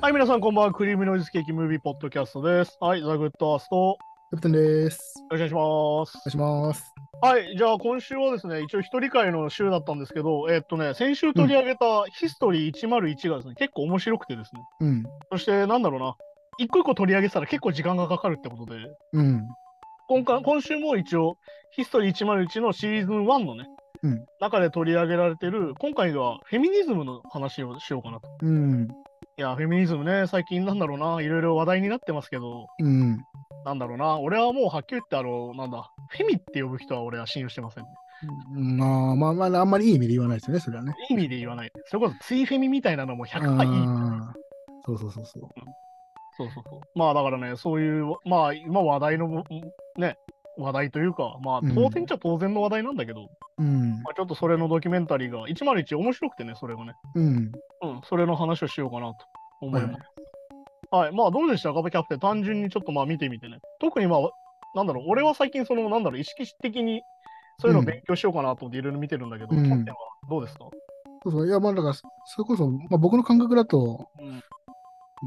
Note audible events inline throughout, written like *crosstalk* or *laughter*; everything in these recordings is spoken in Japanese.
はい、皆さんこんばんは。クリームノイズケーキムービーポッドキャストです。はい、ザ・グッドアースト。よキャプテンです。ろしくお願いしおます。願いします。はい、じゃあ今週はですね、一応一人会の週だったんですけど、えーっとね、先週取り上げたヒストリー101がですね、結構面白くてですね。うん。そして、なんだろうな、一個一個取り上げてたら結構時間がかかるってことで、うん。今回今週も一応、ヒストリー101のシーズン1のね、うん中で取り上げられてる、今回はフェミニズムの話をしようかなと。うん。いや、フェミニズムね、最近なんだろうな、いろいろ話題になってますけど、うん。なんだろうな、俺はもうはっきり言ってあの、なんだ、フェミって呼ぶ人は俺は信用してません、ね。まあまあまあ、あんまりいい意味で言わないですよね、それはね。 *laughs* いい意味で言わない。それこそ、ツイフェミみたいなのもあ100%いい。ーそうそうそうそう。そうそうそう。まあだからね、そういう、まあ今話題の、んね、話題というか、まあうん当然っちゃ当然の話題なんだけど、うん。まあ、ちょっとそれのドキュメンタリーが101面白くてね、それがね。うん。うん、それの話をしようかなと思います。はい、まあどうでしたか、キャプテン。単純にちょっとまあ見てみてね。特にまあ、なんだろう、俺は最近その、なんだろう、意識的にそういうのをうん勉強しようかなと思っていろいろ見てるんだけど、うんキャプテンはどうですかそうそう。いや、まあだから、それこそ、まあ僕の感覚だと、うん。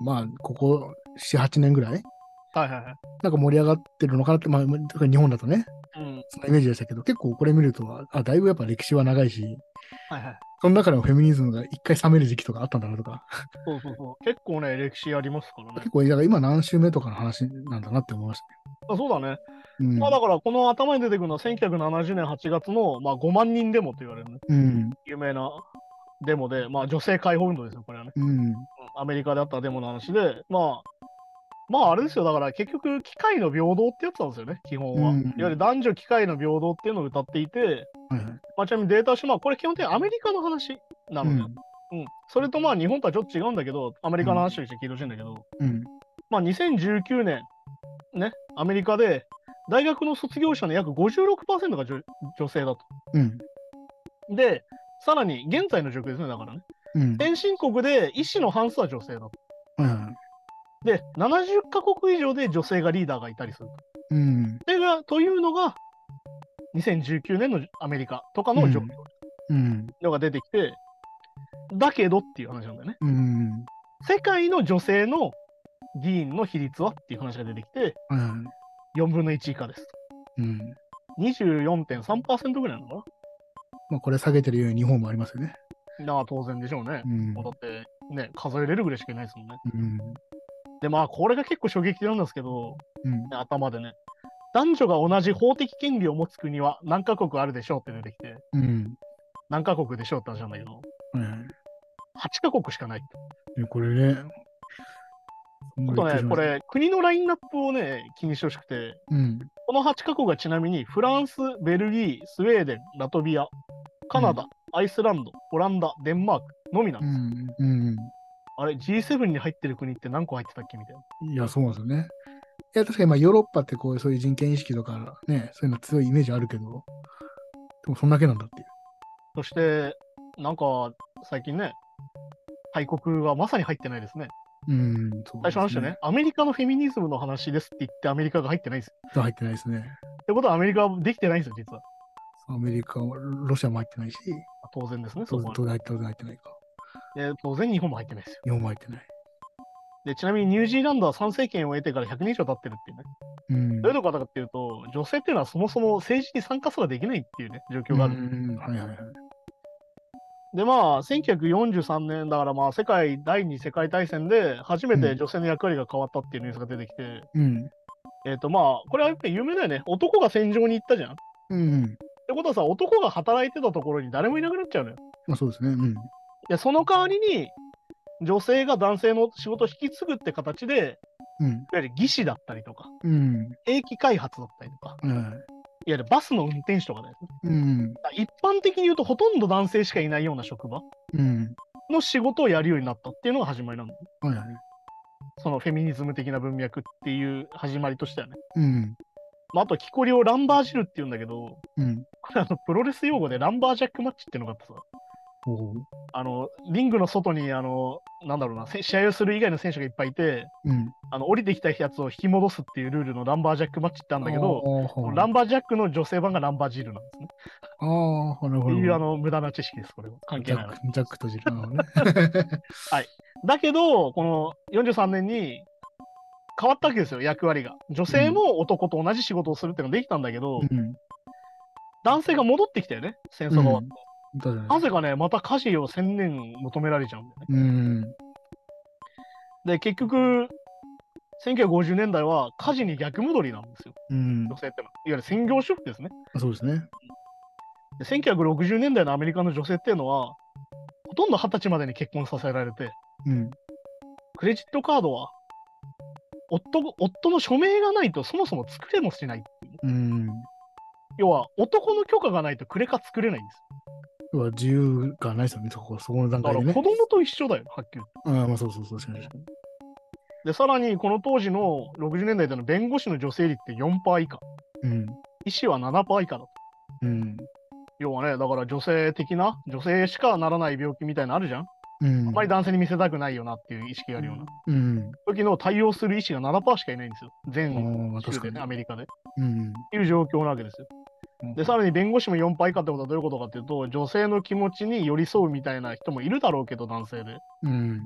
まあ、ここ7、8年ぐらい、はいはいはい。なんか盛り上がってるのかなって、まあ、特に日本だとね、うん。そのイメージでしたけど、結構これ見ると、あ、だいぶやっぱ歴史は長いし、はいはい。その中でもフェミニズムが一回冷める時期とかあったんだなとか、そうそうそう。結構ね、歴史ありますからね結。構、だから今何週目とかの話なんだなって思いましあそうだね。たね。まあだから、この頭に出てくるのは1970年8月の、まあ、5万人デモと言われる、ね、うん。うん。有名なデモで、まあ女性解放運動ですよ、これはね。うん。アメリカであったデモの話で、まあ、まああれですよ、だから結局、機械の平等ってやつなんですよね、基本は。うんいわゆる男女機械の平等っていうのを歌っていて、はいはい。まあ、ちなみにデータ島、これ基本的にアメリカの話なので、うんそれとまあ日本とはちょっと違うんだけど、アメリカの話として聞いてほしいんだけど、うん。まあ2019年、ね、アメリカで大学の卒業者の約56%が女女性だと。うん。で、さらに現在の状況ですね、だからね。うん。先進国で医師の半数は女性だと。うん。で、70カ国以上で女性がリーダーがいたりすると。うん。それがというのが、2019年のアメリカとかの状況うん。のが出てきて、だけどっていう話なんだよね。うん。世界の女性の議員の比率はっていう話が出てきて、うん。 4分の1以下です。うん。 24.3%ぐらいなのかまあ、これ下げてるように日本もありますよね。ななあ当然でしょうねう。んもう。だって、ね、数えれるぐらいしかいないですもんね。うん。で、まあ、これが結構衝撃的なんですけど、うん。ね頭でね。男女が同じ法的権利を持つ国は何カ国あるでしょうって出てきて、うん。何カ国でしょうって話なんだけど、8カ国しかない。うん。これね。あと本当ね、こ。れ、国のラインナップをね、気にしてほしくて、うん。この8カ国がちなみに、フランス、ベルギー、スウェーデン、ラトビア、カナダ、アイスランド、オランダ、デンマークのみなんうです。ん。うん。あれ、G7 に入ってる国って何個入ってたっけみたいな。いや、そうなんですよね。いや、確かに、まあ、ヨーロッパってこういう、そういう人権意識とか、ね、そういうの強いイメージあるけど、でも、そんだけなんだっていう。そして、なんか、最近ね、大国がまさに入ってないですね。うん。最初の話だね。、アメリカのフェミニズムの話ですって言って、アメリカが入ってないんですよ。入ってないですね。ってことは、アメリカはできてないんですよ、実は。アメリカも、ロシアも入ってないし、当然ですね、そ当こ然、は。当然入ってないか。で当然、日本も入ってないですよ。日本も入ってない。で、ちなみにニュージーランドは参政権を得てから100年以上経ってるっていうね。うんどういうことかっていうと、女性っていうのはそもそも政治に参加すらできないっていうね、状況がある。うんはいはいはい。で、まあ、1943年だから、まあ、世界第二次世界大戦で初めて女性の役割が変わったっていうニュースが出てきて、うん。えっ、と、まあ、これはやっぱり有名だよね。男が戦場に行ったじゃん。っうん。てことはさ、男が働いてたところに誰もいなくなっちゃうのよ。まあそうですね。うん。で、その代わりに、女性が男性の仕事を引き継ぐって形で、いうん。わゆる技師だったりとか、うん。兵器開発だったりとか、はいわゆるバスの運転手とかだよね。うん。一般的に言うとほとんど男性しかいないような職場うん。の仕事をやるようになったっていうのが始まりなんだよはいはい。そのフェミニズム的な文脈っていう始まりとしてはね、うん。まあ、あと木こりをランバージルっていうんだけど *laughs* うん。これあのプロレス用語でランバージャックマッチっていうのがあってさおお。あのリングの外にあのなんだろうなせ試合をする以外の選手がいっぱいいてうん。あの降りてきたやつを引き戻すっていうルールのランバージャックマッチってあるんだけどどランバージャックの女性版がランバージルなんですね。あーあー、なるっほてど。いうあの無駄な知識です、これは。関ジ係ャない *laughs* ッ話ク、ジャックとジルなのね。だけど、この43年に変わったわけですよ、役割が。女性も男と同じ仕事をするっていうのができたんだけど、うん。男性が戻ってきたよね、戦争が終わって。確かなに。ぜかね、また家事を専念求められちゃうんだよね。うん。で、結局、1950年代は家事に逆戻りなんですよ、うん女。性ってのは。いわゆる専業主婦ですね。そうですね。で1960年代のアメリカの女性っていうのは、ほとんど二十歳までに結婚させられて、うん。クレジットカードは夫、夫の署名がないとそもそも作れもしない。うん。要は、男の許可がないとクレカ作れないんですよ。要は自由がないですよね、そこ、そこの段だか階らで子ね。供と一緒だよ、はっきり言って。ああ、まあそうそうそう、確かに。で、さらに、この当時の60年代での弁護士の女性率って4%以下、うん。医師は7%以下だと。うん。要はね、だから女性的な、女性しかならない病気みたいなのあるじゃん。うん。あんまり男性に見せたくないよなっていう意識があるような。うん。時の対応する医師が7%しかいないんですよ。全ああ、州確かでね、にア。メリカで。っうん。ていう状況なわけですよ。で、さらに弁護士も4倍以下ってことはどういうことかっていうと、女性の気持ちに寄り添うみたいな人もいるだろうけど、男性で。うん。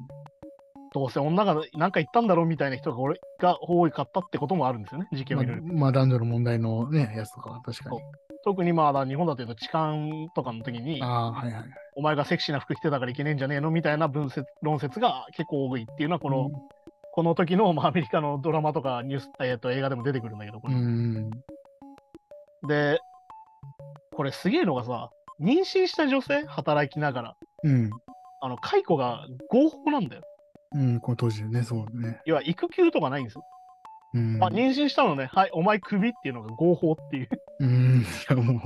どうせ女が何か言ったんだろうみたいな人が俺が多かったってこともあるんですよね、事件をまあいろいろ。、まあ男女の問題のね、やつとかは確かに。特にまあ、日本だというと痴漢とかの時にあ、あ、はいはい。お前がセクシーな服着てたからいけねえんじゃねえのみたいな分説論説が結構多いっていうのは、この、この時の、まあ、アメリカのドラマとかニュース、えっと映画でも出てくるんだけど、こうれん。で、これすげえのがさ、妊娠した女性、働きながら、うん。あの解雇が合法なんだよ。うん、この当時でね、そうね。要は育休とかないんですよ。うん。あ、妊娠したのね、はい、お前クビっていうのが合法っていう。うん。いや、もう、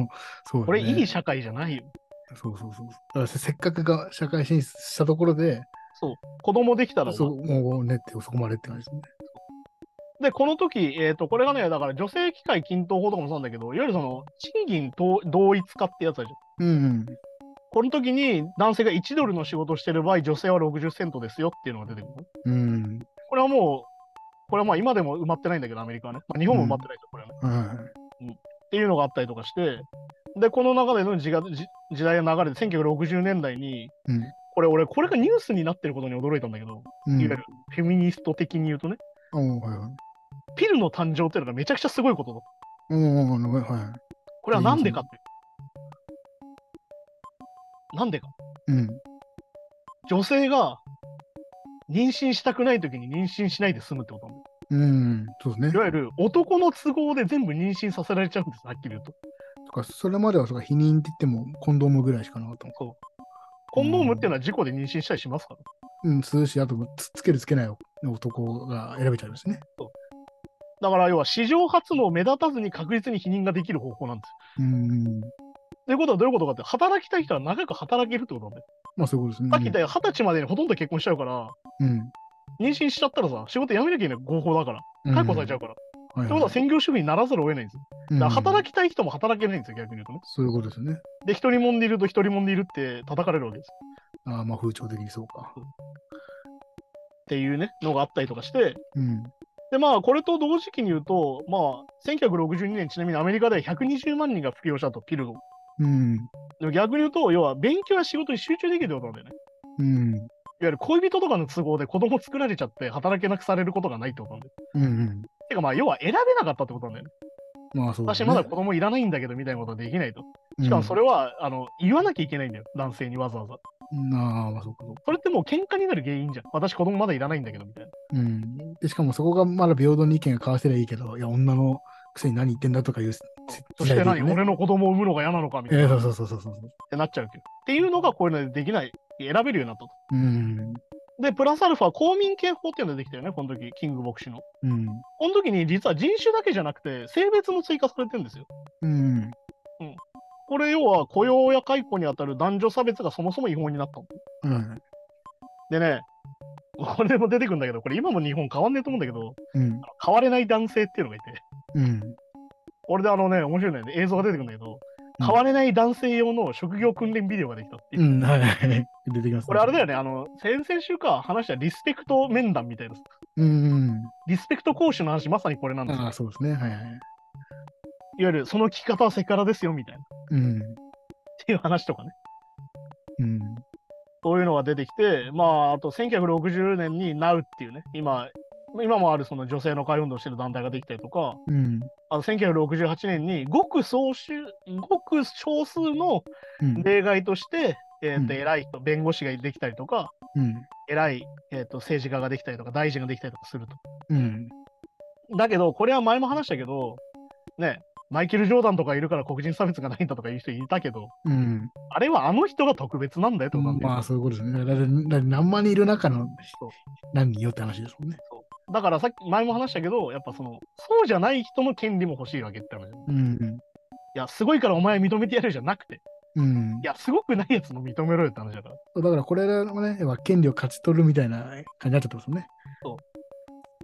そう、ね。これいい社会じゃないよ。そうそうそう。だからせせっ *laughs* かくが社会進出したところで、そう。子供できたらそ、そうもうねって、そこまでって感じですね。で、この時、えっ、と、これがね、だから女性機会均等法とかもそうなんだけど、いわゆるその、賃金同同一化ってやつあるじゃん。うん。この時に男性が1ドルの仕事をしてる場合、女性は60セントですよっていうのが出てくるの。うん。これはもう、これはまあ今でも埋まってないんだけど、アメリカはね。まあ、日本も埋まってないけど、これはね。はっていうのがあったりとかして、で、この流れの時がじ時代の流れで、1960年代に、い。うん。これ、俺、これがニュースになってることに驚いたんだけど、うんいわゆるフェミニスト的に言うとね、うん、はいはい。ピルの誕生っていうのがめちゃくちゃすごいことだ。うん、うんはいはこれはなんでかって。なんでか。い。うん。女性が妊娠したくないときに妊娠しないで済むってことなんだようん、そうですね。いわゆる男の都合で全部妊娠させられちゃうんです、はっきり言うと。とかそれまではそうか否認って言ってもコンドームぐらいしかなかったもん。コンドームっていうのは事故で妊娠したりしますから。うん、するし、あとつつけるつけない男が選べちゃいますね。だから要は史上初の目立たずに確実に否認ができる方法なんですよ。うん。ということはどういうことかって、働きたい人は長く働けるってことなんだよ。まあそういうことですね。さっき言ったように二十歳までにほとんど結婚しちゃうから、うん。妊娠しちゃったらさ、仕事辞めなきゃいけない合法だから、うん。解雇されちゃうから。ってうん。はいことは専業主婦にならざるを得ないんですよ。だからき、働きたい人も働けないんですよ、逆に言うとね。そういうことですよね。で、一人もんでいると一人もんでいるって叩かれるわけですよ。ああ、まあ風潮的にそうか。っていうね、のがあったりとかして、うん。で、まあ、これと同時期に言うと、まあ、1962年、ちなみにアメリカでは120万人が服用したと、ピルを。うん。でも逆に言うと、要は勉強や仕事に集中できるってことなんだよね。ういん。わゆる恋人とかの都合で子供作られちゃって働けなくされることがないってことなんだよ。うん。うん。てかまあ要は選べなかったってことなんだよね。まあそう私まだ子供いらないんだけどみたいなことはできないと。だしかもそれは。は、あの言わなきゃいけないんだよ、男性にわざわざ。うんああ、まあそうかそうか。それってもう喧嘩になる原因じゃん。私子供まだいらないんだけどみたいな。うん。で、しかもそこがまだ平等に意見が交わせりゃいいけど、いや、女のくせに何言ってんだとかいう。そして何、ね俺の子供を産むのが嫌なのかみたいえな。えっそうそうそうそうそう。てなっちゃうけど。っていうのがこういうのでできない。選べるようになったと。うん。で、プラスアルファ、公民権法っていうのができたよね、この時、キング牧師の。うん。この時に実は人種だけじゃなくて、性別も追加されてるんですよ。うん。これ要は雇用や解雇にあたる男女差別がそもそも違法になったのうん。でね、これも出てくるんだけど、これ今も日本変わんねえと思うんだけど、うん。変われない男性っていうのがいて、うん。これであのね、面白いね、映像が出てくるんだけど、変われない男性用の職業訓練ビデオができたっていう。うん、はいはい。出てきます、これあれだよね。ね、あの、先々週か話したリスペクト面談みたいな。うん、うん。リスペクト講習の話、まさにこれなんですよ。いあわあ、そうですね。はいはい。ゆる、その聞き方はセクハラですよ、みたいな。っうん。ていう話とかね。うん。そういうのが出てきて、まあ、あと1960年に NOW っていうね、今、今もあるその女性の会運動をしてる団体ができたりとか、うん。あの1968年にごく総集、ごく少数のうん。例外として、えーとうん偉い人、弁護士ができたりとか、うん。偉い、えー、と政治家ができたりとか、大臣ができたりとかすると。うん。だけど、これは前も話したけど、ね、マイケル・ジョーダンとかいるから黒人差別がないんだとかいう人いたけど、うん。あれはあの人が特別なんだよってことなんだよねまあ、そういうことですね。だからだから何万人いる中のそう何人よって話ですもんね。だからさっき前も話したけど、やっぱその、そうじゃない人の権利も欲しいわけって話。いうん。や、すごいからお前認めてやるじゃなくて、いうん。や、すごくないやつも認めろよって話だから。そうだからこれらもね、要は権利を勝ち取るみたいな感じになっちゃってますもんね。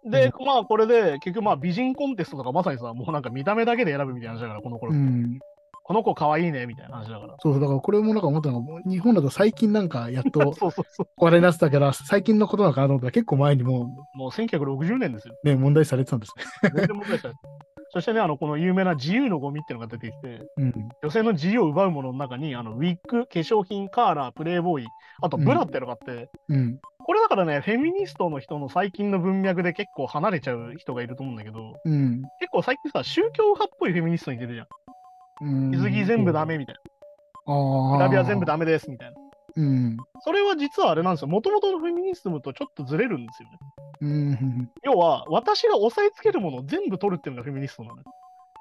で、まあこれで、結局まあ美人コンテストとかまさにさ、もうなんか見た目だけで選ぶみたいな話だから、この頃、うん。この子可愛いねみたいな話だから。そうそう、だからこれもなんか思ったのが、日本だと最近なんかやっと *laughs* そうそうそう。お笑いになってたから、最近のことなのかなと思ったら結構前にももう1960年ですよ。うね、問題視されてたんですね。全然問題した。 *laughs* そしてね、あの、この有名な自由のゴミっていうのが出てきて、うん。女性の自由を奪うものの中に、あの、ウィッグ、化粧品、カーラー、プレイボーイ、あとブラっていうのがあって、うん。これだからね、フェミニストの人の最近の文脈で結構離れちゃう人がいると思うんだけど、うん。結構最近さ、宗教派っぽいフェミニストに出るじゃん。うん水着全部ダ。メみたいあな。あ。グラビア全部ダメですみたいな。うん。それは実はあれなんですよ。もともとのフェミニズムとちょっとずれるんですよね。うん。要は、私が押さえつけるものを全部取るっていうのがフェミニストなのよ。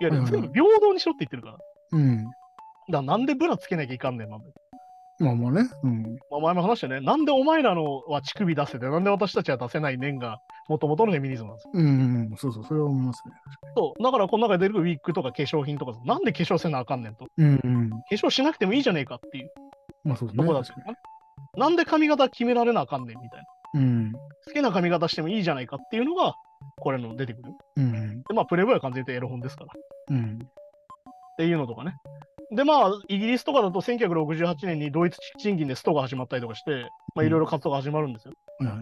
いわゆはいるはい全部平等にしろって言ってるから。だかうん。らなんでブラつけなきゃいかんねんなんで。まあまあね。うん。まあ、前も話したよね。なんでお前らのは乳首出せて、なんで私たちは出せないねんが、もともとのフェミニズムなんですよ。うん。うんそうそう、それは思いますね。そう。だからこの中で出てくるウィッグとか化粧品とかさ、なんで化粧せなあかんねんと。うん。うん。化粧しなくてもいいじゃねえかっていうまあそうですとね。こだった確かよね。なんで髪型決められなあかんねんみたいな。にうん。好きな髪型してもいいじゃないかっていうのが、これの出てくる。うん。で、まあ、プレイボーイは完全にエロ本ですから。っうん。ていうのとかね。で、まあ、イギリスとかだと1968年にドイツ賃金でストが始まったりとかして、まあ、いろいろ活動が始まるんですよ。はいはい。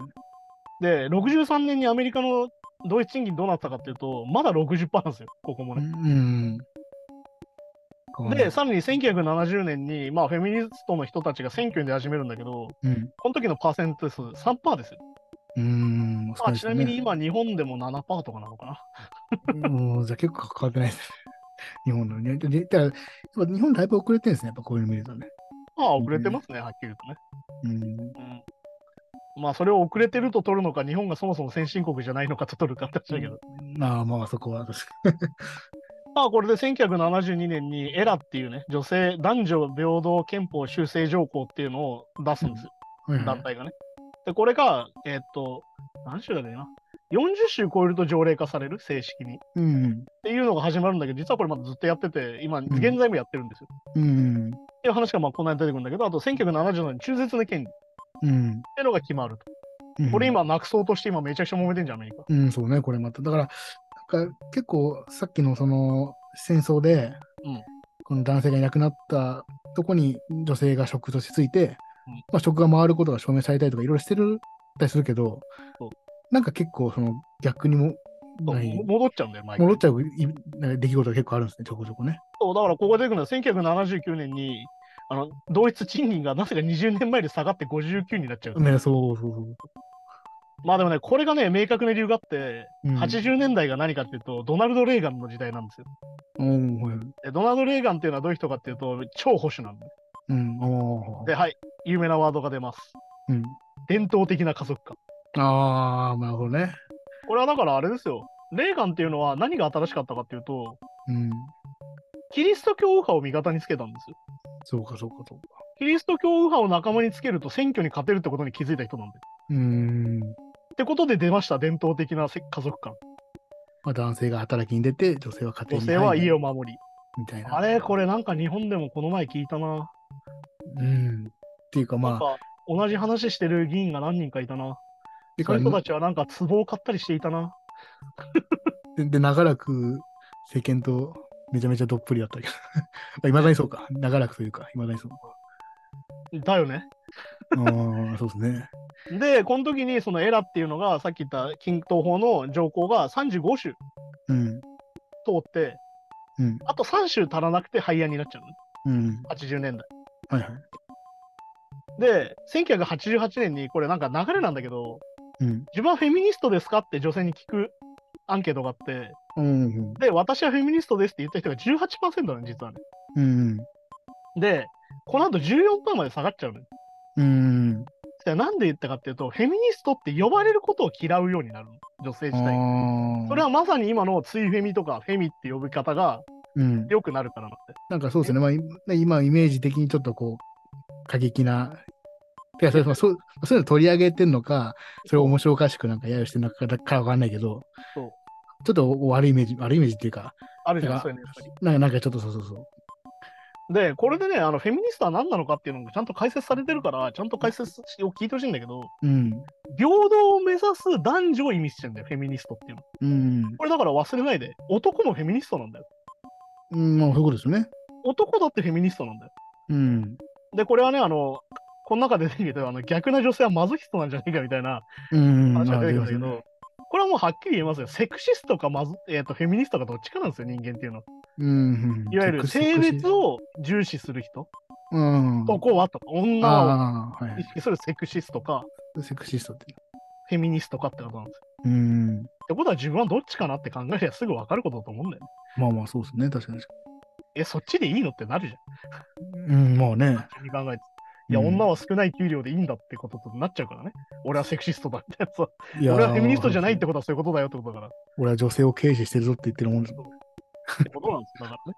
で、63年にアメリカのドイツ賃金どうなったかっていうと、まだ60%なんですよ、ここもね。うん。うんで、、さらに1970年に、まあ、フェミニストの人たちが選挙に出始めるんだけど、うん。この時のパーセント数3%ですよ。うん。まあ、ちなみに今今、日本でも7%とかなのかな。うん、じゃあ結構関わってないですね。日本のね。で、だから、やっぱ日本だいぶ遅れてるんですね。やっぱこういうの見るとね。まあ、遅れてますね、はっきり言うとね。うん。うんまあ、それを遅れてると取るのか、日本がそもそも先進国じゃないのかと取るかって話だけど。まあまあ、そこは確かまあ、これで1972年にエラっていうね、女性、男女平等憲法修正条項っていうのを出すんですよ、に。はいは団い体がね。で、これが、えーっと、何州だっけな。40州超えると条例化される、正式に。っうん。ていうのが始まるんだけど、実はこれまだずっとやってて、今、現在もやってるんですよ。うん。っていう話がまあこの間出てくるんだけど、あと1970年に中絶の権利っうん。ていうのが決まると。うんこれ。今、なくそうとして今めちゃくちゃ揉めてんじゃん、アメリカ。うん、そうね、これまた。だから、なんか結構さっきのその戦争で、うんこの男性がいなくなったとこに女性が職としてついて、うんまあ職が回ることが証明されたりとかいろいろしてるたりするけどそう、なんか結構その逆にも、そうない戻っちゃうんだよ、毎回戻っちゃういなんか出来事が結構あるんですね、ちょこちょこね。そうだからここで出てくるのは1979年にあの同一賃金がなぜか20年前で下がって59になっちゃう、ね、そうそうそう。まあでもねこれがね明確な理由があって、うん、 80年代が何かっていうとドナルド・レーガンの時代なんですようん、はいでドナルド・レーガンっていうのはどういう人かっていうと超保守なんでうん、おーではい有名なワードが出ますうん、伝統的な家族観ああ、なるほどね。これはだからあれですよレーガンっていうのは何が新しかったかっていうとうん、キリスト教右派を味方につけたんですよそうか、そうか、そうか。キリスト教右派を仲間につけると選挙に勝てるってことに気づいた人なんでうん、ってことで出ました伝統的なせ家族観まあ、男性が働きに出て、女性は家庭女性には入る家を守り。みたいな。あれ、これなんか日本でもこの前聞いたな。うん。っていうかなんまあ、か同じ話してる議員が何人かいたな。てそかの人たちはなんか壺を買ったりしていたな。でで長らく世間とめちゃめちゃど *laughs* っぷりだったけど、いまあ未だにそうか。長らくというか、いまだにそうか。だよね。ああ、そうですね。で、この時にそのエラっていうのがさっき言った均等法の条項が35州う通ん。って、うん。あと3州足らなくて廃案になっちゃうの。うん。 80年代。はいはい。で、1988年にこれなんか流れなんだけど、うん。自分はフェミニストですかって女性に聞くアンケートがあって、うんうん。で、私はフェミニストですって言った人が18%なの、実はね。うんで、この後14%まで下がっちゃうのよ。うん。うんじゃあなんで言ったかっていうと、フェミニストって呼ばれることを嫌うようになるの、女性うん。自体が。ああ。それはまさに今のついフェミとかフェミって呼び方がうん。良くなるからなんで。なんかそうですね。まあ、い今、イメージ的にちょっとこう、過激な。てか、それまあそうそういうの取り上げてんのか、それを面白おかしくなんか揶揄してるのかだからわかんないけど、そうちょっと悪いイメージ、悪いイメージっていうか、あるじゃ、なんんそかういうのやっぱり。なんかなんかちょっとそうそうそう。で、これでね、あのフェミニストは何なのかっていうのがちゃんと解説されてるから、ちゃんと解説を聞いてほしいんだけど、うん。平等を目指す男女を意味してるんだよ、フェミニストっていうの。うん。これだから忘れないで、男もフェミニストなんだよ。うん、まあ、そういうことですよね。男だってフェミニストなんだよ。うん。で、これはね、あの、この中で出てきたあの逆な女性はマゾヒストなんじゃないかみたいなうん。話が出てきまたあけど、これはもうはっきり言えますよ。セクシストかマゾ、えー、とフェミニストかどっちかなんですよ、人間っていうのは。うん。いわゆる性別を、を重視する人、うん。男はとか女をああ、は意い。識するセクシストかセクシストって。フェミニストかってことなんですよ。うん。ってことは自分はどっちかなって考えりゃすぐ分かることだと思うんだよね。まあまあ、そうですね。確かに。え、そっちでいいのってなるじゃん。うん、まあね。普通に考えて。いや、うん女は少ない給料でいいんだってこととなっちゃうからね。俺はセクシストだってやつは。いやー俺はフェミニストじゃないってことはそういうことだよってことだから。っ俺は女性を軽視してるぞって言ってるもんです。てことなんですよ。だからね。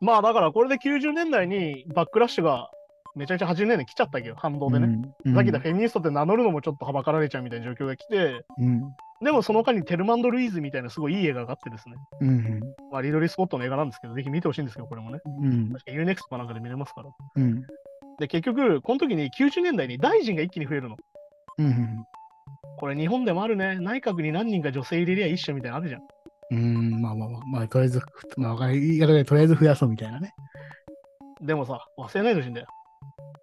まあだからこれで90年代にバックラッシュがめちゃめちゃ80年代に来ちゃったけど、反動でね。うん。さっき言ったフェミニストって名乗るのもちょっとはばかられちゃうみたいな状況が来て、うん。でもその間にテルマンド・ルイーズみたいなすごいいい映画があってですね。うん。まあリドリー・スコットの映画なんですけど、ぜひ見てほしいんですけど、これもね。うん。確か UNEXT かなんかで見れますから。うん。で、結局、この時に90年代に大臣が一気に増えるの。うん。これ日本でもあるね。内閣に何人か女性入れりゃ一緒みたいなのあるじゃん。うん。まあまあまあ、まあ、とりあえず、まあ、わかり言い方でとりあえず増やそうみたいなね。でもさ、忘れないでほしいんだよ。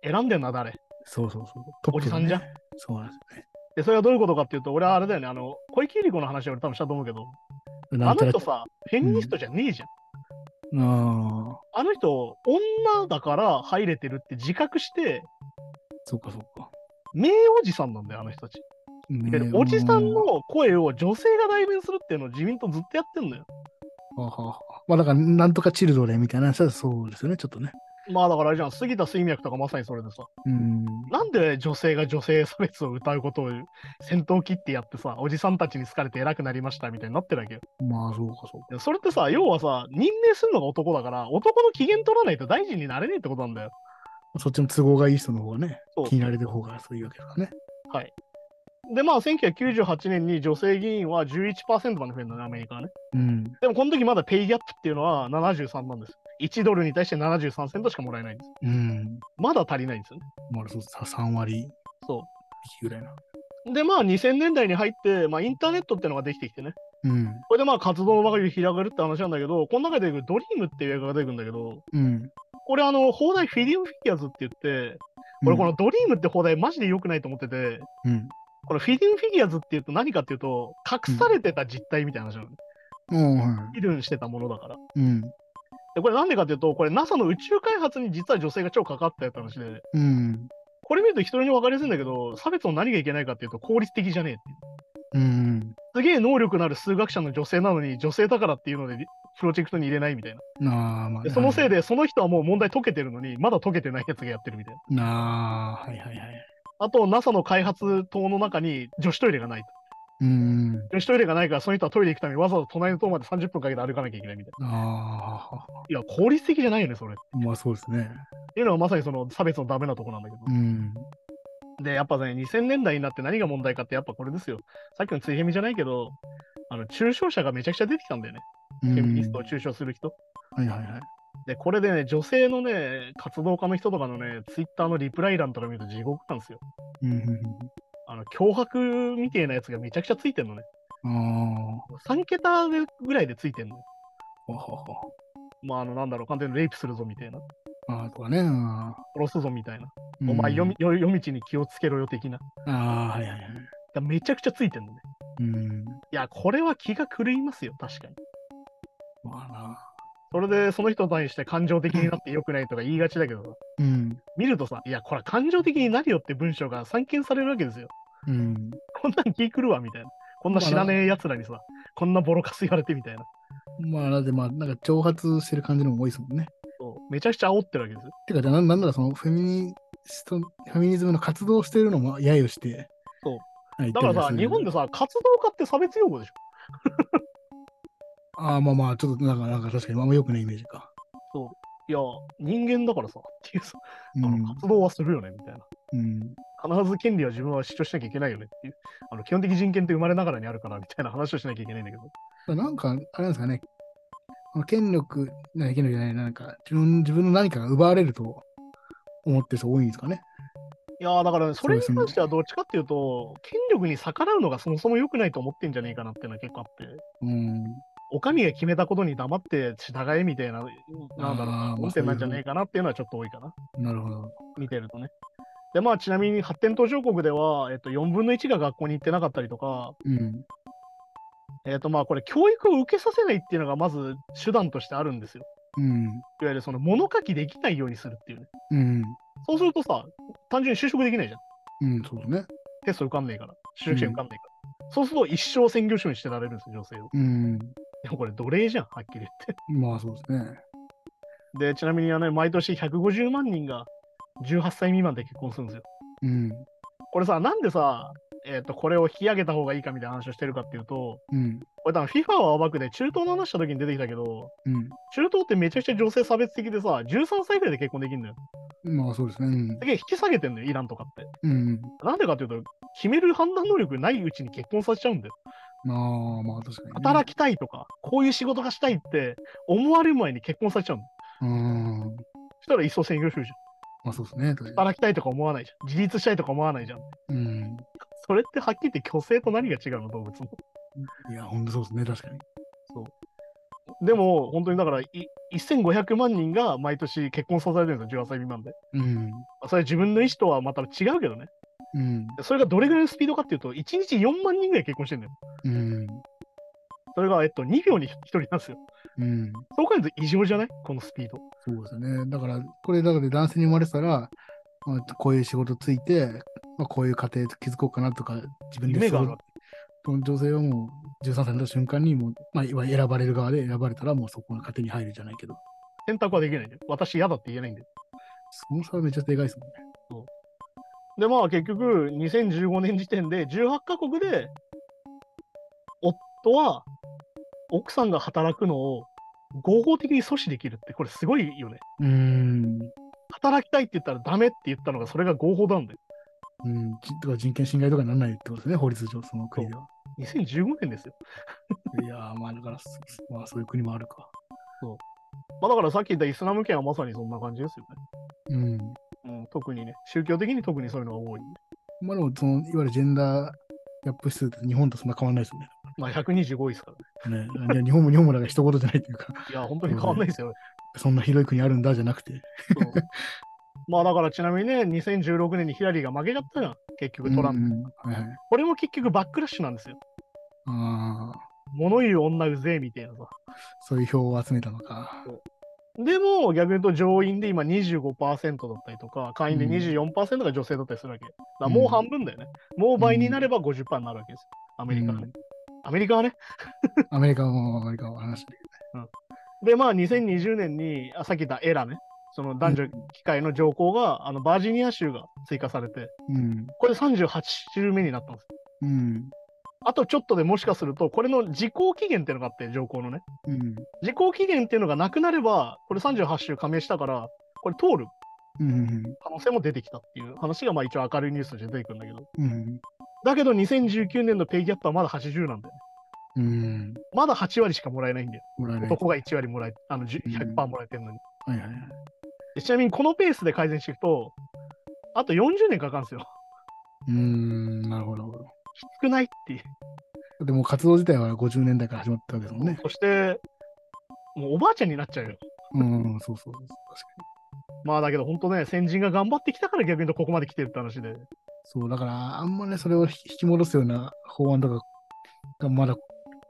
選んでんな、誰。そうそうそう。トおじさんじゃん。そうなんでで、それはどういうことかっていうと、俺はあれだよね、あの、小池百合子の話は俺多分したと思うけど、すよね。あとの人さ、フェミニストじゃねえじゃん。ああ、あの人、女だから入れてるって自覚して、そうかそうか。名おじさんなんだよ、あの人たち。ねでおじさん。の声を女性が代弁するっていうのを自民党ずっとやってんのよ。はははまあだから、なんとかチルドレンみたいな人はそうですよね、ちょっとね。まあだからあれじゃん、杉田水脈とかまさにそれでさ、うん。なんで女性が女性差別を歌うことを先頭切ってやってさ、おじさんたちに好かれて偉くなりましたみたいになってるわけよ。まあ、そうかそうか。でもそれってさ、要はさ、任命するのが男だから、男の機嫌取らないと大臣になれねえってことなんだよ。そっちの都合がいい人の方がね、そう気になれてる方がそういうわけだからね。で、まあ、1998年に女性議員は11%まで増えるのね、アメリカはね。うん。でも、この時まだペイギャップっていうのは73なんです。1ドルに対して73セントしかもらえないんです。うん。まだ足りないんですよね。まあ、そうさ、3割そぐらいな。う。で、まあ、2000年代に入って、まあ、インターネットっていうのができてきてね。うん。これでまあ活動の場が広がるって話なんだけど、この中で出てくるドリームっていう映画が出てくるんだけど、うん。これあの、放題フィリオフィギュアズって言って、俺このドリームって放題マジで良くないと思ってて、うん。このフィリオフィギュアズっていうと何かっていうと、隠されてた実態みたいな話なのね。うん。はフィルンしてたものだから。いうん。で、これなんでかっていうと、これ NASA の宇宙開発に実は女性が超かかったやつ話で、うん。これ見ると一人に分かりやすいんだけど、差別の何がいけないかっていうと効率的じゃねえっていう。うん。すげえ能力のある数学者の女性なのに、女性だからっていうので、プロジェクトに入れないみたいな。なあ、まあ。でそのせいで。で、その人はもう問題解けてるのに、まだ解けてないやつがやってるみたいな。なあ、はいはいはい。あと、NASA の開発棟の中に女子トイレがないと。うん。女子トイレがないから、その人はトイレ行くためにわざわざ隣の棟まで30分かけて歩かなきゃいけないみたいああ、な。いや、効率的じゃないよね、それ。っまあそうですね。ていうのはまさにその差別のダメなとこなんだけど。うん。で、やっぱね、2000年代になって何が問題かって、やっぱこれですよ。さっきのついへみじゃないけど、あの、中傷者がめちゃくちゃ出てきたんだよね。フフェミニストを中傷する人。はいはいはい。で、これでね、女性のね、活動家の人とかのね、ツイッターのリプライ欄とか見ると地獄なんですよ。うんうんあの、脅迫みたいなやつがめちゃくちゃついてんのね。うん。あ3桁ぐらいでついてんの。あ、ははは。まあ、あの、なんだろう、完全にレイプするぞみたいな。ああ、とかね。あ殺すぞみたいな。ーお前う夜んみ、夜夜道に気をつけろよ的な。だかああ、はいはいはい。らめちゃくちゃついてんのね。うん。いや、これは気が狂いますよ、確かに。まあな。それでその人に対して感情的になって良くないとか言いがちだけどさ、うん。見るとさ、いや、これ感情的になるよって文章が散見されるわけですよ。うん。こんなん気狂うわ、みたいな。こんな知らねえ奴らにさ、こんなボロカス言われてみたいな。まあ、だってまあ、なんか挑発してる感じのも多いですもんね。そうめちゃくちゃ煽ってるわけですよ。てか、じゃあなんなんならそのフェミニスト、フェミニズムの活動してるのも揶揄して。そうはい。だからさ、日本で。でさ、活動家って差別用語でしょ。ああ、まあまあ、ちょっとなんか、なんか確かに、あんま良くないイメージか。いや、人間だからさ、っていうさ、うあんの。活動はするよね、みたいな。うん。必ず権利は自分は主張しなきゃいけないよねっていう。あの基本的人権って生まれながらにあるから、みたいな話をしなきゃいけないんだけど。なんか、あれなんですかね。あの権力、な権力じゃない、なんか、自分自分の何かが奪われると思ってる人多いんですかね。いやーだからね、それにそうですね関してはどっちかっていうと、権力に逆らうのがそもそも良くないと思ってんじゃねえかなっていうのは結構あって、うん。お上が決めたことに黙って従えみたいな、なんだろうあーまあな、論点なんじゃねえかなっていうのはちょっと多いかな、なるほど。見てるとね。で、まあ、ちなみに発展途上国では、えっと、4分の1が学校に行ってなかったりとか、うん。えっと、まあ、これ、教育を受けさせないっていうのが、まず手段としてあるんですよ。うん。いわゆる、その、物書きできないようにするっていうね。うん。そうするとさ、単純に就職できないじゃん。うん、そうだね。テスト受かんねえから、就職試験受かんねえから。そうすると、一生専業主婦にしてられるんですよ、女性を。うん。でもこれ奴隷じゃん、はっきり言って。まあそうですね。 *laughs* で、ちなみにあの、毎年150万人が18歳未満で結婚するんですよ。うん。これさ、なんでさ、えっ、と、これを引き上げた方がいいかみたいな話をしてるかっていうと、うん。これ多分 FIFA は暴くで中東の話した時に出てきたけど、うん。中東ってめちゃくちゃ女性差別的でさ、13歳ぐらいで結婚できるんだよ。まあそうですね。だけど引き下げてんのよ、イランとかって。うん。うん。なんでかっていうと、決める判断能力ないうちに結婚させちゃうんだよ。まあまあ確かに、ね。働きたいとか、こういう仕事がしたいって思われる前に結婚させちゃうんだよ。うん。そしたら一層専業主婦じゃん。まあそうですね。確か働きたいとか思わないじゃん。自立したいとか思わないじゃん。に。うん。それってはっきり言って虚勢と何が違うの動物の。いや、ほんとそうですね。確かに。でも本当にだからい1500万人が毎年結婚させられるんですよ、18歳未満で。うん。それは自分の意思とはまた違うけどね。うん。それがどれぐらいのスピードかっていうと、1日4万人ぐらい結婚してるんだよ。うん。それが、えっと、2秒に1人なんですよ。うん。そう考えると異常じゃないこのスピード。そうですね。だから、これだから男性に生まれてたら、まあ、こういう仕事ついて、まあ、こういう家庭築こうかなとか、自分で夢があるそう女性はもう13歳になった瞬間にもう、まあ、いわゆる選ばれる側で選ばれたら、もうそこの家庭に入るじゃないけど、選択はできないんだよ。私嫌だって言えないんだよ。その差はめっちゃでかいですもんね。で、まあ結局、2015年時点で18カ国で、夫は奥さんが働くのを合法的に阻止できるって、これすごいよね。うーん。働きたいって言ったらダメって言ったのがそれが合法なんだよ。うん、じだから人権侵害とかにならないってことですね、法律上、その国では。 2015年ですよ。いやー、まあだから、そまあそういう国もあるか。まあだからさっき言ったイスラム圏はまさにそんな感じですようん。ね。うん、特にね、宗教的に特にそういうのが多い。まあでも、その、いわゆるジェンダーギャップ指数って日本とそんな変わんないですよね。まあ125位ですからね。ね、いや日本も日本もだから一言じゃないというか、 *laughs* いや、本当に変わんないですよ。そんな広い国あるんだじゃなくて。そうまあだからちなみにね、2016年にヒラリーが負けちゃったじゃん。結局トランプ。うんはいはい。これも結局バックラッシュなんですよ。ああ、物言う女うぜえみたいなさ。そういう票を集めたのか。でも逆に言うと上院で今25%だったりとか、会員でうん24%が女性だったりするわけ。だからもう半分だよね。もう倍になれば50%になるわけですよ。アメリカはね。アメリカはね。アメリカもアメリカも話してるで、まあ2020年に、あさっき言ったエラね。その男女機会の条項が、あのバージニア州が追加されて、うん。これで38州目になったんですよ。うん。あとちょっとでもしかすると、これの時効期限っていうのがあって、条項のね。うん。時効期限っていうのがなくなれば、これ38州加盟したから、これ通るうん。可能性も出てきたっていう話が、まあ一応明るいニュースとして出てくるんだけど。うん。だけど2019年のペイギャップはまだ80なんだよね。うん。まだ8割しかもらえないんだよ。もらえない。男が1割もらえ、あのじゅうん100%もらえてるのに。はいはいはい。でちなみにこのペースで改善していくと、あと40年かかるんですよ。うーん、なるほど。少ないっていう。でもう活動自体は50年代から始まったわけですもんね。そして、もうおばあちゃんになっちゃうよ。うん、そうそうそう。確かに。まあだけど本当ね、先人が頑張ってきたから逆に言うとここまで来てるって話で。そう、だから、あんまね、それを引き引き戻すような法案とかがまだ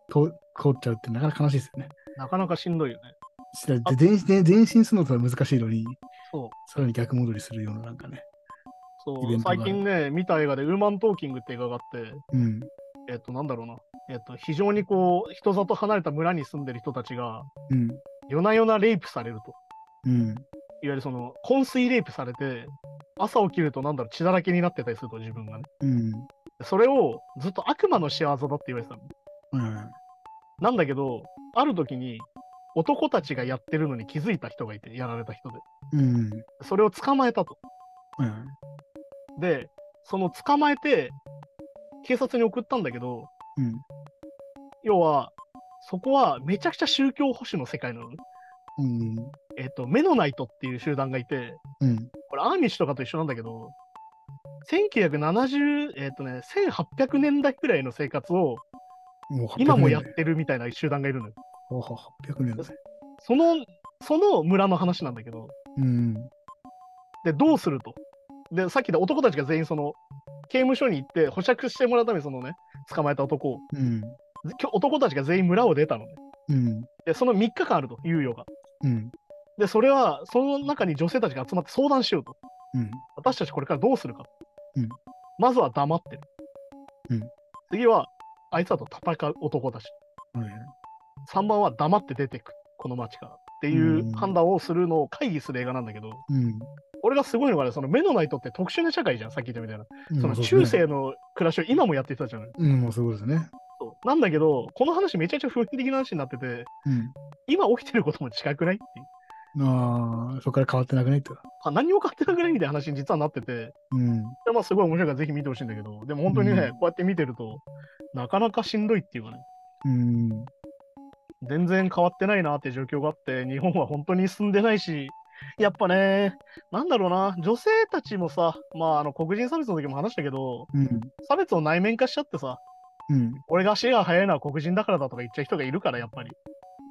と通っちゃうってなかなか悲しいですよね。なかなかしんどいよね。したら、で前前前進するのとは難しいのに、そうさらに逆戻りするような、なんかね。そイベンうトがあ最る近ね、見た映画でウーマントーキングって映画があって、うん。えっと、なんだろうな、えっと、非常にこう、人里離れた村に住んでる人たちが、うん。夜な夜なレイプされると。うん。いわゆるその、昏睡レイプされて、朝起きると、なんだろう、血だらけになってたりすると、自分がね。うん。それをずっと悪魔の仕業だって言われてたの。うん。なんだけど、ある時に、男たちがやってるのに気づいた人がいて、やられた人で。うん。それを捕まえたと。うん。で、その捕まえて、警察に送ったんだけど、うん。要は、そこはめちゃくちゃ宗教保守の世界なのね。うん。えっ、と、メノナイトっていう集団がいて、うん。これアーミッシュとかと一緒なんだけど、1970、えっ、とね、1800年代くらいの生活をもう800今も年やっ代てるみたいな集団がいるのよ。ほうほう800年代。その、その村の話なんだけど、うん。で、どうすると。で、さっきの男たちが全員その、刑務所に行って保釈してもらうためにそのね、捕まえた男を、うん。きょ男たちが全員村を出たのね。うん。で、その3日間あると、猶予が。うん。で、それは、その中に女性たちが集まって相談しようと。うん。私たちこれからどうするか。うんまずは黙ってる。うん次は、あいつらと戦う男たち。3番は黙って出てく、この街から。っていううん判断をするのを会議する映画なんだけど、うん。俺がすごいのがね、その目のないとって特殊な社会じゃん、さっき言ったみたいな。うん。その中。世の暮らしを今もやってたじゃない。うん、もうそういうことですね。そうなんだけど、この話めちゃくちゃ普遍的な話になってて、今起きてることも近くないっていう。うん。ああ、そこから変わってなくないと。あ何にも変わってなくないみたいな話に実はなってて、うん。でまあ、すごい面白いからぜひ見てほしいんだけど、でも本当にね、うんこうやって見てると、なかなかしんどいっていうかね、うん。全然変わってないなって状況があって、日本は本当に進んでないし、やっぱね、なんだろうな、女性たちもさ、まあ、あの黒人差別の時も話したけど、うん。差別を内面化しちゃってさ、うん。俺が足が速いのは黒人だからだとか言っちゃう人がいるから、やっぱり。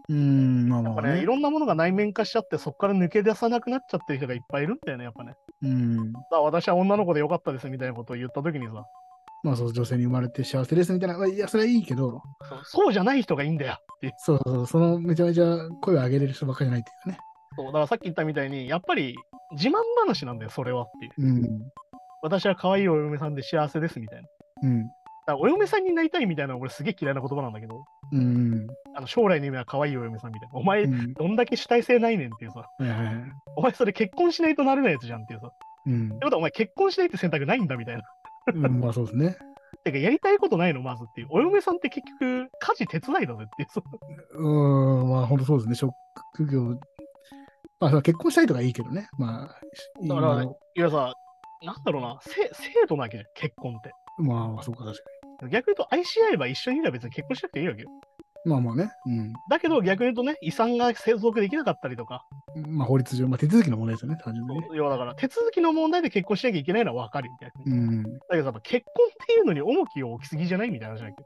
うん。まあやっまぱあね、いね。ろんなものが内面化しちゃって、そこから抜け出さなくなっちゃってる人がいっぱいいるんだよね、やっぱね。うん。だから私は女の子でよかったですみたいなことを言った時にさ、まあそう、女性に生まれて幸せですみたいな。まあいや、それはいいけど、そうじゃない人がいいんだよっていう。そうそうそう、そのめちゃめちゃ声を上げれる人ばっかりじゃないっていうかね。そうだからさっき言ったみたいに、やっぱり自慢話なんだよ、それはっていう。うん。私は可愛いお嫁さんで幸せですみたいな。だうん。からお嫁さんになりたいみたいなの俺すげえ嫌いな言葉なんだけど、うん。あの将来の夢は可愛いお嫁さんみたいな。お前、うん。どんだけ主体性ないねんっていうさ、はいはいはい。お前それ結婚しないとなれないやつじゃんっていうさ。ってうん。ことはお前結婚しないって選択ないんだみたいな。 *laughs* うんまあそうですね。てかやりたいことないのまずっていう。お嫁さんって結局家事手伝いだぜっていう。そううーん、まあ本当そうですね。職業。まあその結婚したいとかいいけどね。まあ、しだからね今いやさ、なんだろうな、せ制度なわけじゃん、結婚って。まあまあそうか、確か逆に言うと愛し合えば一緒にいれば別に結婚しなくていいわけよ。に。まあまあね。うだけど逆に言うとね、遺産が継続できなかったりとか、ん。まあ法律上、まあ手続きの問題ですよね、単純にね。要はだから手続きの問題で結婚しなきゃいけないのは分かるよ、逆に。だうん。けどさ、結婚っていうのに重きを置きすぎじゃないみたいな話だけ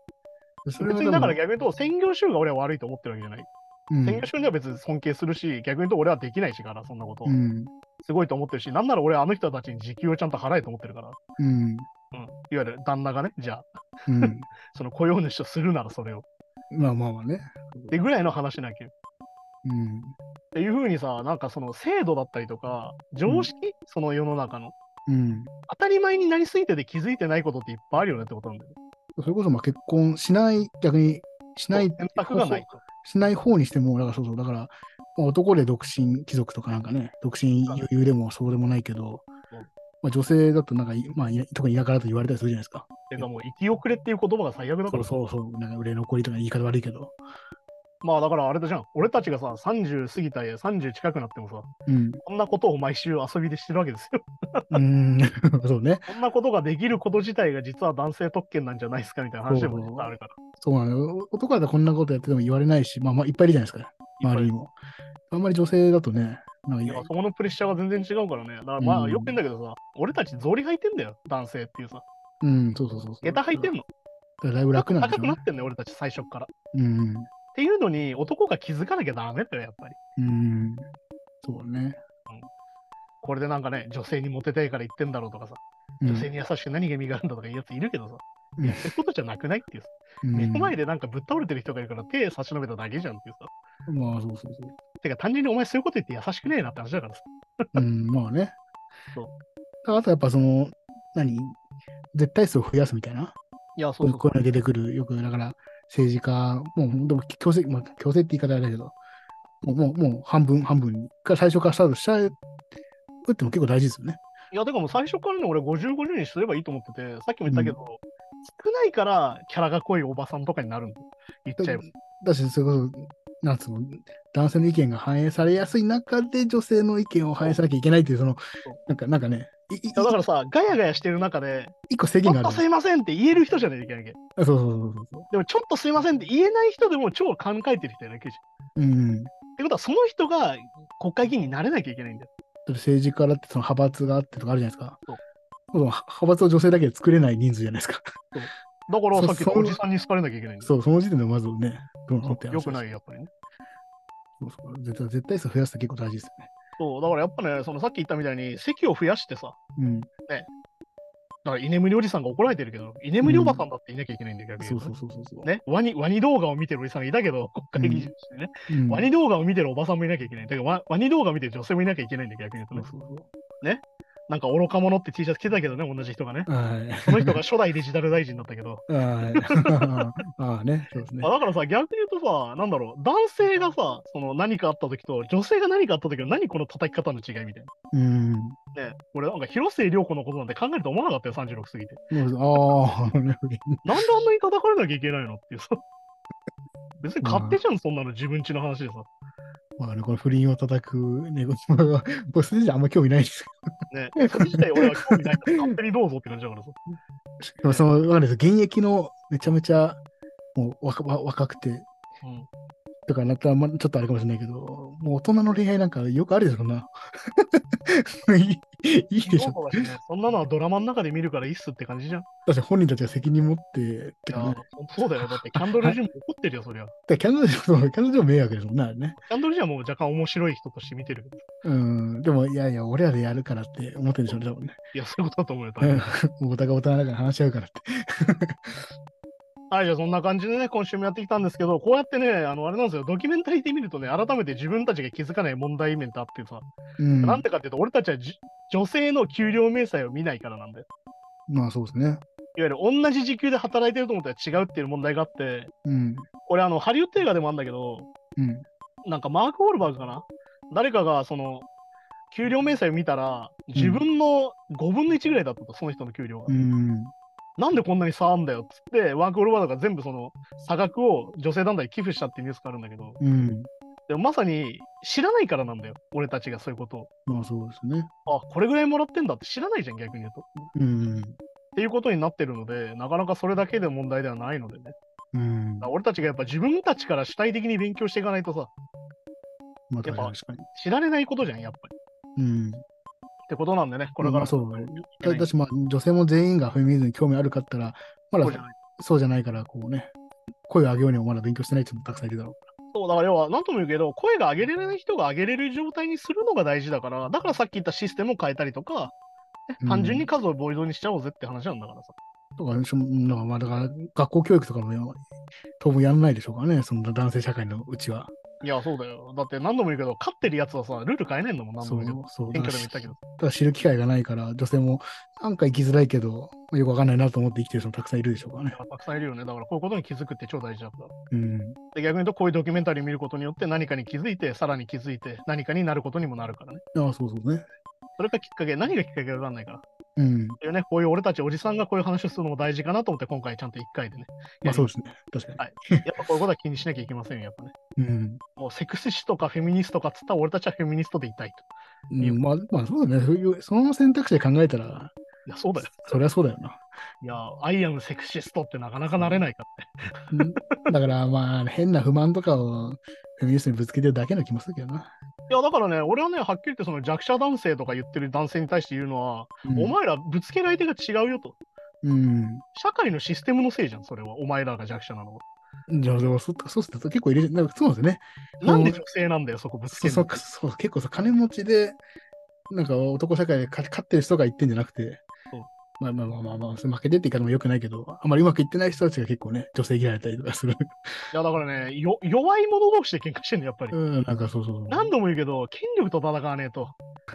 そど。別はにだからでも逆に言うと、専業主婦が俺は悪いと思ってるわけじゃない。専業主婦には別に尊敬するし、逆に言うと俺はできないしから、そんなことう。ん。すごいと思ってるし、なんなら俺はあの人たちに時給をちゃんと払えと思ってるから。うん。うん。いわゆる旦那がね、じゃあ、うん。うんその雇用主とするならそれを。まあまあまあね。ってぐらいの話なわけよ。うん。っていうふうにさ、なんかその制度だったりとか、常識、その世の中の。うん。当たり前になりすぎてて気づいてないことっていっぱいあるよねってことなんだよ。それこそまあ結婚しない、逆にしない選択がない。しない方にしても、だからそうそう、だから、まあ男で独身貴族とかなんかね、独身余裕でもそうでもないけどうん、まあ、女性だとなんかい、まあ、い特に田舎だと言われたりするじゃないですか。てかもう生き遅れっていう言葉が最悪だかそらう。そうそう、なんか売れ残りとか言い方悪いけど。まあだからあれだじゃん。俺たちがさ、30過ぎたり30近くなってもさ、うん。こんなことを毎週遊びでしてるわけ *laughs* ですよ。うーん、そうね。こんなことができること自体が実は男性特権なんじゃないですかみたいな話でも実はあるから。そうなのよ。男だとこんなことやってても言われないし、まあまあいっぱいいるじゃないですか、周りにも。あんまり女性だとね、なんかいいやそこのプレッシャーが全然違うからね。だからまうあんよく言うんだけどさ、俺たち草履履いてんだよ、男性っていうさ。うん、そうそうそうそう。下駄履いてんだの。からだいぶ楽なんで高しょくうなね。ってんのよ、俺たち最初から。っうん。ていうのに、男が気づかなきゃダメだよ、やっぱり。うん。そうね。これでなんかね、女性にモテたいから言ってんだろうとかさ、うん女性に優しく何が身があるんだとかいうやついるけどさ、うんいや、そういうことじゃなくないっていうさ、うん目の前でなんかぶっ倒れてる人がいるから手差し伸べただけじゃんっていうさ、まあ、そうそうそう。てか、単純にお前そういうこと言って優しくねえなって話だからさ。うん、まあね。そうあとやっぱその、何絶対数を増やすみたいな。いや、そこうういそううこういうの出てくる。よく、だから、政治家、もう、でも強制、まあ、強制って言い方あれだけど、もう、もう、もう半分、半分から最初からスタートしちゃうっても結構大事ですよね。いや、てかもう最初からね、俺50、50にすればいいと思ってて、さっきも言ったけど、少ないからキャラが濃いおばさんとかになるんだよ。言っちゃえば。だし、それこそ、なんつうの、男性の意見が反映されやすい中で女性の意見を反映さなきゃいけないっていう、そのそう、なんか、なんかね、いいいいやだからさ、ガヤガヤしてる中で、一個制ちょ限っがあとるす。いませんって言える人じゃないといけないわけあそうそうそうそうそ。でも、ちょっとすいませんって言えない人でも超考えてる人やなきゃいけないうん。だってことは、その人が国会議員になれなきゃいけないんだよ。って政治家だってその派閥があってとかあるじゃないですか。そうその派派閥を女性だけで作れない人数じゃないですか。だから、そさっきのそおじさんに好かれなきゃいけないんだよ。そう、その時点でまずね、どうなのって話。よくないい、やっぱりね。そうそう絶対絶対数増やすって結構大事ですそう、だからやっぱね、そのさっき言ったみたいに、席を増やしてさ、よね。だから居眠りおじさんが怒られてるけど、居眠りおばさんだっていなきゃいけないんだよ、うん。逆にそ言ううとねそうそうそうそう。ね、ワニワニ動画を見てるおじさんがいたけど、国会議事してね、うんワニ動画を見てるおばさんもいなきゃいけない。だからワワニ動画を見てる女性もいなきゃいけないんだよ、逆にそう言うとね。そうそなんか愚か者って T シャツ着てたけどね、同じ人がね。う。はい。その人が初代デジタル大臣だったけど。はい。 *laughs* ああね、そうですねあ。だからさ、逆に言うとさ、なんだろう、男性がさ、その何かあった時と、女性が何かあった時の何この叩き方の違いみたいうん。な。ね、俺なんか広末涼子のことなんて考えると思わなかったよ、36過ぎて。もうああ、ねなんであんなに叩かれなきゃいけないのっていうさ。 *laughs* 別に勝手じゃん、そんなの自分ちの話でさ。まあね、この不倫を叩くね、こは、僕、それじゃあんま興味ないですね、それ自体俺は興味ない *laughs* から勝手にどうぞって感じだからさ。でもその、わかんないです。現役のめちゃめちゃ、もう若わ若くて、うんとかなったら、まあ、ちょっとあれかもしれないけど、もう大人の恋愛なんかよくあるでしょ、そんな。 *laughs* いいいいでしそうょか。もしれないそんなのはドラマの中で見るからいいっすって感じじゃん。いだし本人たちが責任持って、てやかね、そうだよ。だってキャンドル・ジュンも怒ってるよ、そりゃ。だから彼女そう彼女も迷惑ですもんね、あれね。キャンドル・ジュンはもう若干面白い人として見てるけど。うん、でも、いやいや、俺らでやるからって思ってるんでしょうね、多分ね。いや、そういうことだと思うよ。多う分ん *laughs* もうお互い大人だから話し合うからって。はい、じゃあそんな感じでね、今週もやってきたんですけど、こうやってね、あの、あれなんですよ、ドキュメンタリーで見るとね、改めて自分たちが気づかない問題面ってあってさ、うん、なんてかっていうと、俺たちはじ女性の給料明細を見ないからなんで、いわまあそうですね。ゆる同じ時給で働いてると思ったら違うっていう問題があって、うん。これあの、ハリウッド映画でもあるんだけど、うん。なんかマーク・ウォールバーグかな誰かがその、給料明細を見たら、自分の5分の1ぐらいだったと、その人の給料が。うん。なんでこんなに差あんだよっつって、ワーク・ウォールバーグが全部その差額を女性団体に寄付したっていうニュースがあるんだけど、うん。でもまさに知らないからなんだよ、俺たちがそういうことを。まあそうですね。あ、これぐらいもらってんだって知らないじゃん、逆に言うと。っうん。ていうことになってるので、なかなかそれだけで問題ではないのでね。だかうん。ら俺たちがやっぱ自分たちから主体的に勉強していかないとさ、まやあ確っぱかに確か知られないことじゃん、やっぱり。に。うん。ってことなんでね、これかまらあそもういけだないだしまあ女性も全員がフェミニズムに興味あるかったら、まそうじゃだないそうじゃないから、こうね、声を上げようにもまだ勉強してない人もたくさんいるだろそうだから要は何とも言うけど、声が上げられない人が上げれる状態にするのが大事だから、だからさっき言ったシステムを変えたりとか、ねうん単純に数をボイドにしちゃおうぜって話なんだからさ。う。とか、しょなんかまあだから学校教育とかも当分やらないでしょうからね、その男性社会のうちは。いや、そうだよ。だって何度も言うけど、勝ってるやつはさ、ルール変えないんだもん、何度そもう言うけど。そう。選だか挙でもら言ったけど。ただ知る機会がないから、女性もなんか生きづらいけど、よくわかんないなと思って生きてる人もたくさんいるでしょうからね。たくさんいるよね。だからこういうことに気づくって超大事だから。うん。で逆に言うと、こういうドキュメンタリー見ることによって何かに気づいて、さらに気づいて、何かになることにもなるからね。ああ、そうそうね。それがきっかけ、何がきっかけかわかんないから。うん。でね、こういう俺たちおじさんがこういう話をするのも大事かなと思って、今回ちゃんと1回 *laughs* でね。まあそうですね。ね。確かに。はいやっぱこういうことは気にしなきゃいけませんよ、やっぱね。うん。もうセクシストかフェミニストかっつったら俺たちはフェミニストでいたいと。うん、まあ、まあそうだね。そういうその選択肢で考えたら、いや、そうだよ。そりゃそうだよな。いや、アイアムセクシストってなかなかなれないからね。だからまあ、変な不満とかをフェミニストにぶつけてるだけな気もするけどな。いや、だからね、俺はね、はっきり言ってその弱者男性とか言ってる男性に対して言うのは、うんお前らぶつける相手が違うよと。うん。社会のシステムのせいじゃん、それは。お前らが弱者なのは。じゃあ、でもそそうすると結構入れなんかそうなんですよね。なんで女性なんだよ、そこぶつそけうるそのう。そう結構さ、金持ちで、なんか男社会で勝勝ってる人が言ってんじゃなくて、まあまあまあまあ、まあ、負けてって言い方も良くないけど、あまりうまくいってない人たちが結構ね、女性嫌いだったりとかする。いや、だからね、よ弱い者同士で喧嘩してんの、やっぱり。うん、なんかそうそうそう。何度も言うけど、権力と戦わねえと。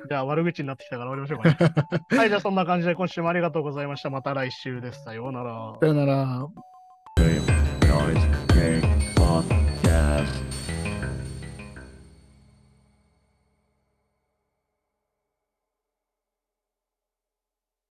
じゃあ、悪口になってきたから終わりまし *laughs* ょうかね。はい、じゃあ、そんな感じで今週もありがとうございました。また来週です。さようなら。さよなら。